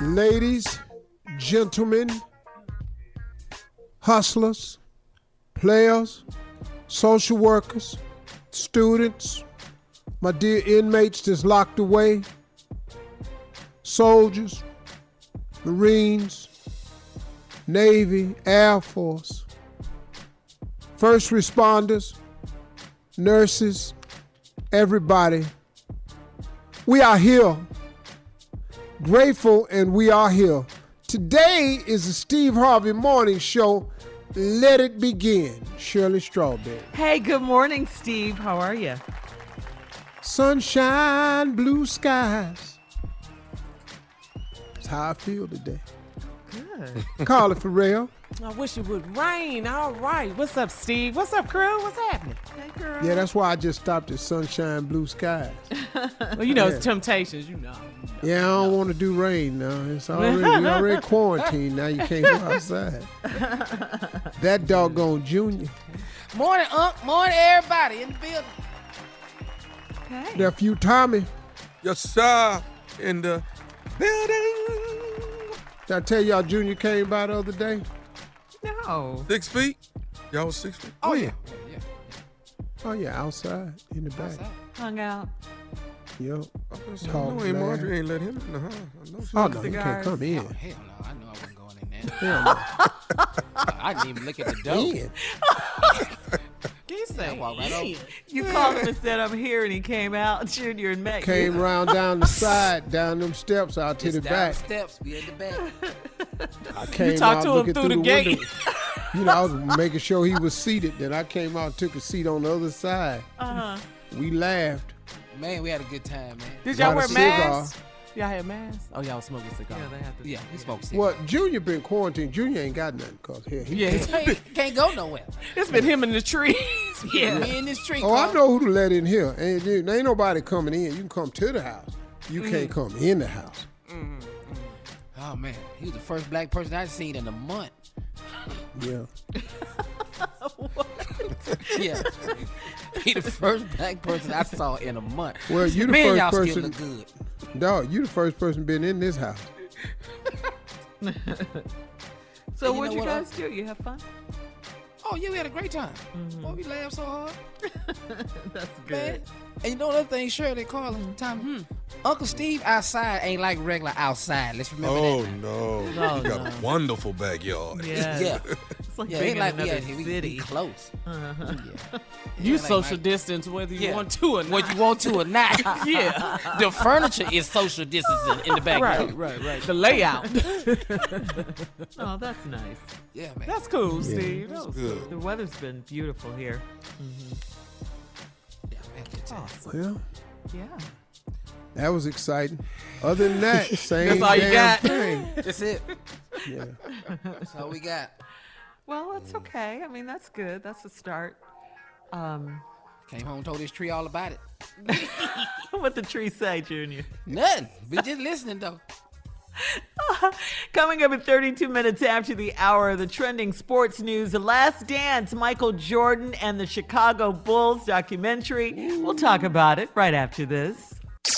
ladies, gentlemen, hustlers, players, social workers, students, my dear inmates that's locked away, soldiers, Marines, Navy, Air Force, first responders, nurses, everybody. We are here grateful and we are here. Today is the Steve Harvey Morning Show. Let it begin. Shirley Strawberry. Hey, good morning, Steve. How are you? Sunshine, blue skies. That's how I feel today. Good. Carla Farrell. I wish it would rain. All right. What's up, Steve? What's up, crew? What's happening? Hey, girl. Yeah, that's why I just stopped at Sunshine, Blue Skies. Well, you know, Yeah. it's temptations, you know. Yeah, I don't want to do rain now. It's already we already quarantined. Now you can't go outside. That doggone junior. Morning, Unc. Morning, everybody in the building. Nephew Tommy. Yes, sir. In the building. Did I tell y'all Junior came by the other day? No. Six feet. Y'all was six feet. Oh, yeah. Oh yeah, outside in the back. Hung out. Yep. I was like, Called no, Aunt Larry. Marjorie ain't let him in the house. I know she- Oh no, you can't come in. Hell no, I knew I wasn't going in there. Hell no. I didn't even look at the door. In. He said, Walk right over. You called him and said, I'm here, and he came out, Junior and met Came round down the side, down them steps out to It's the down back. the steps. We in the back. I came talked out to him looking through the gate. window. You know, I was making sure he was seated. Then I came out, took a seat on the other side. Uh-huh. We laughed. Man, we had a good time, man. Did y'all Got a wear cigar. masks? Y'all had masks? Oh, y'all was smoking cigars. Yeah, Yeah, we spoke sick. Well, Junior been quarantined. Junior ain't got nothing cause here he. Yeah, it's- Can't, can't go nowhere. it's been him in the trees. yeah. Me in this tree. Oh, I Carl. know who to let in here. Ain't, there ain't nobody coming in. You can come to the house. You can't come in the house. Mm. Mm-hmm. Oh man, he was the first black person I'd seen in a month. Yeah. Yeah, he the first black person I saw in a month. Well, you the man, first y'all person- still look good. Dog, you the first person been in this house. So And you what know you what, guys uh, do? You have fun? Oh yeah, we had a great time. Oh, we laughed so hard. That's Man. And you know another thing, Shirley, Carl, and Tom, Mm-hmm. Uncle Steve outside ain't like regular outside. Let's remember Oh that. no. You No, got a wonderful backyard. Yeah. Yeah. It's like Yeah, it being ain't in like we another out here. We- we city. close. Uh-huh. You Yeah, like social my- distance whether you Yeah. want to or not. Whether you want to or not. yeah. The furniture is social distancing in the backyard. Right, right, right. The layout. Oh, that's nice. Yeah, man. That's cool, Yeah. Steve. That was cool. The weather's been beautiful here. Well, Yeah. that was exciting. Other than that, same That's all you damn got. thing. That's it. Yeah. That's all we got. Well, that's okay. I mean, that's good. That's a start. Um, Came home, told this tree all about it. what the tree say, Junior? Nothing. We just listening though. Coming up at 32 minutes after the hour, the trending sports news, The Last Dance, Michael Jordan and the Chicago Bulls documentary. We'll talk about it right after this.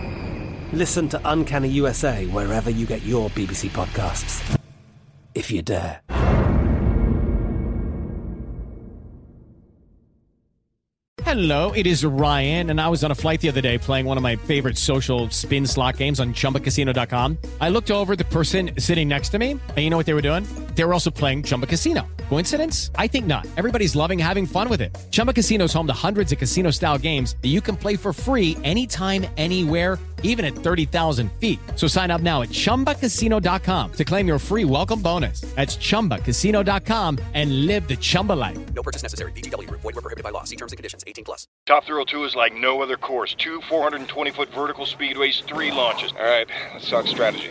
screamed. Listen to Uncanny USA wherever you get your BBC podcasts, if you dare. Hello, it is Ryan, and I was on a flight the other day playing one of my favorite social spin slot games on chumbacasino.com. I looked over at the person sitting next to me, and you know what they were doing? They were also playing Chumba Casino. Coincidence? I think not. Everybody's loving having fun with it. Chumba Casino is home to hundreds of casino style games that you can play for free anytime, anywhere, even at 30,000 feet. So sign up now at chumbacasino.com to claim your free welcome bonus. That's chumbacasino.com and live the Chumba life. No purchase necessary. BGW. Void were prohibited by law. See terms and conditions. 18 plus. Top Thrill 2 is like no other course. Two 420-foot vertical speedways, three launches. All right, let's talk strategy.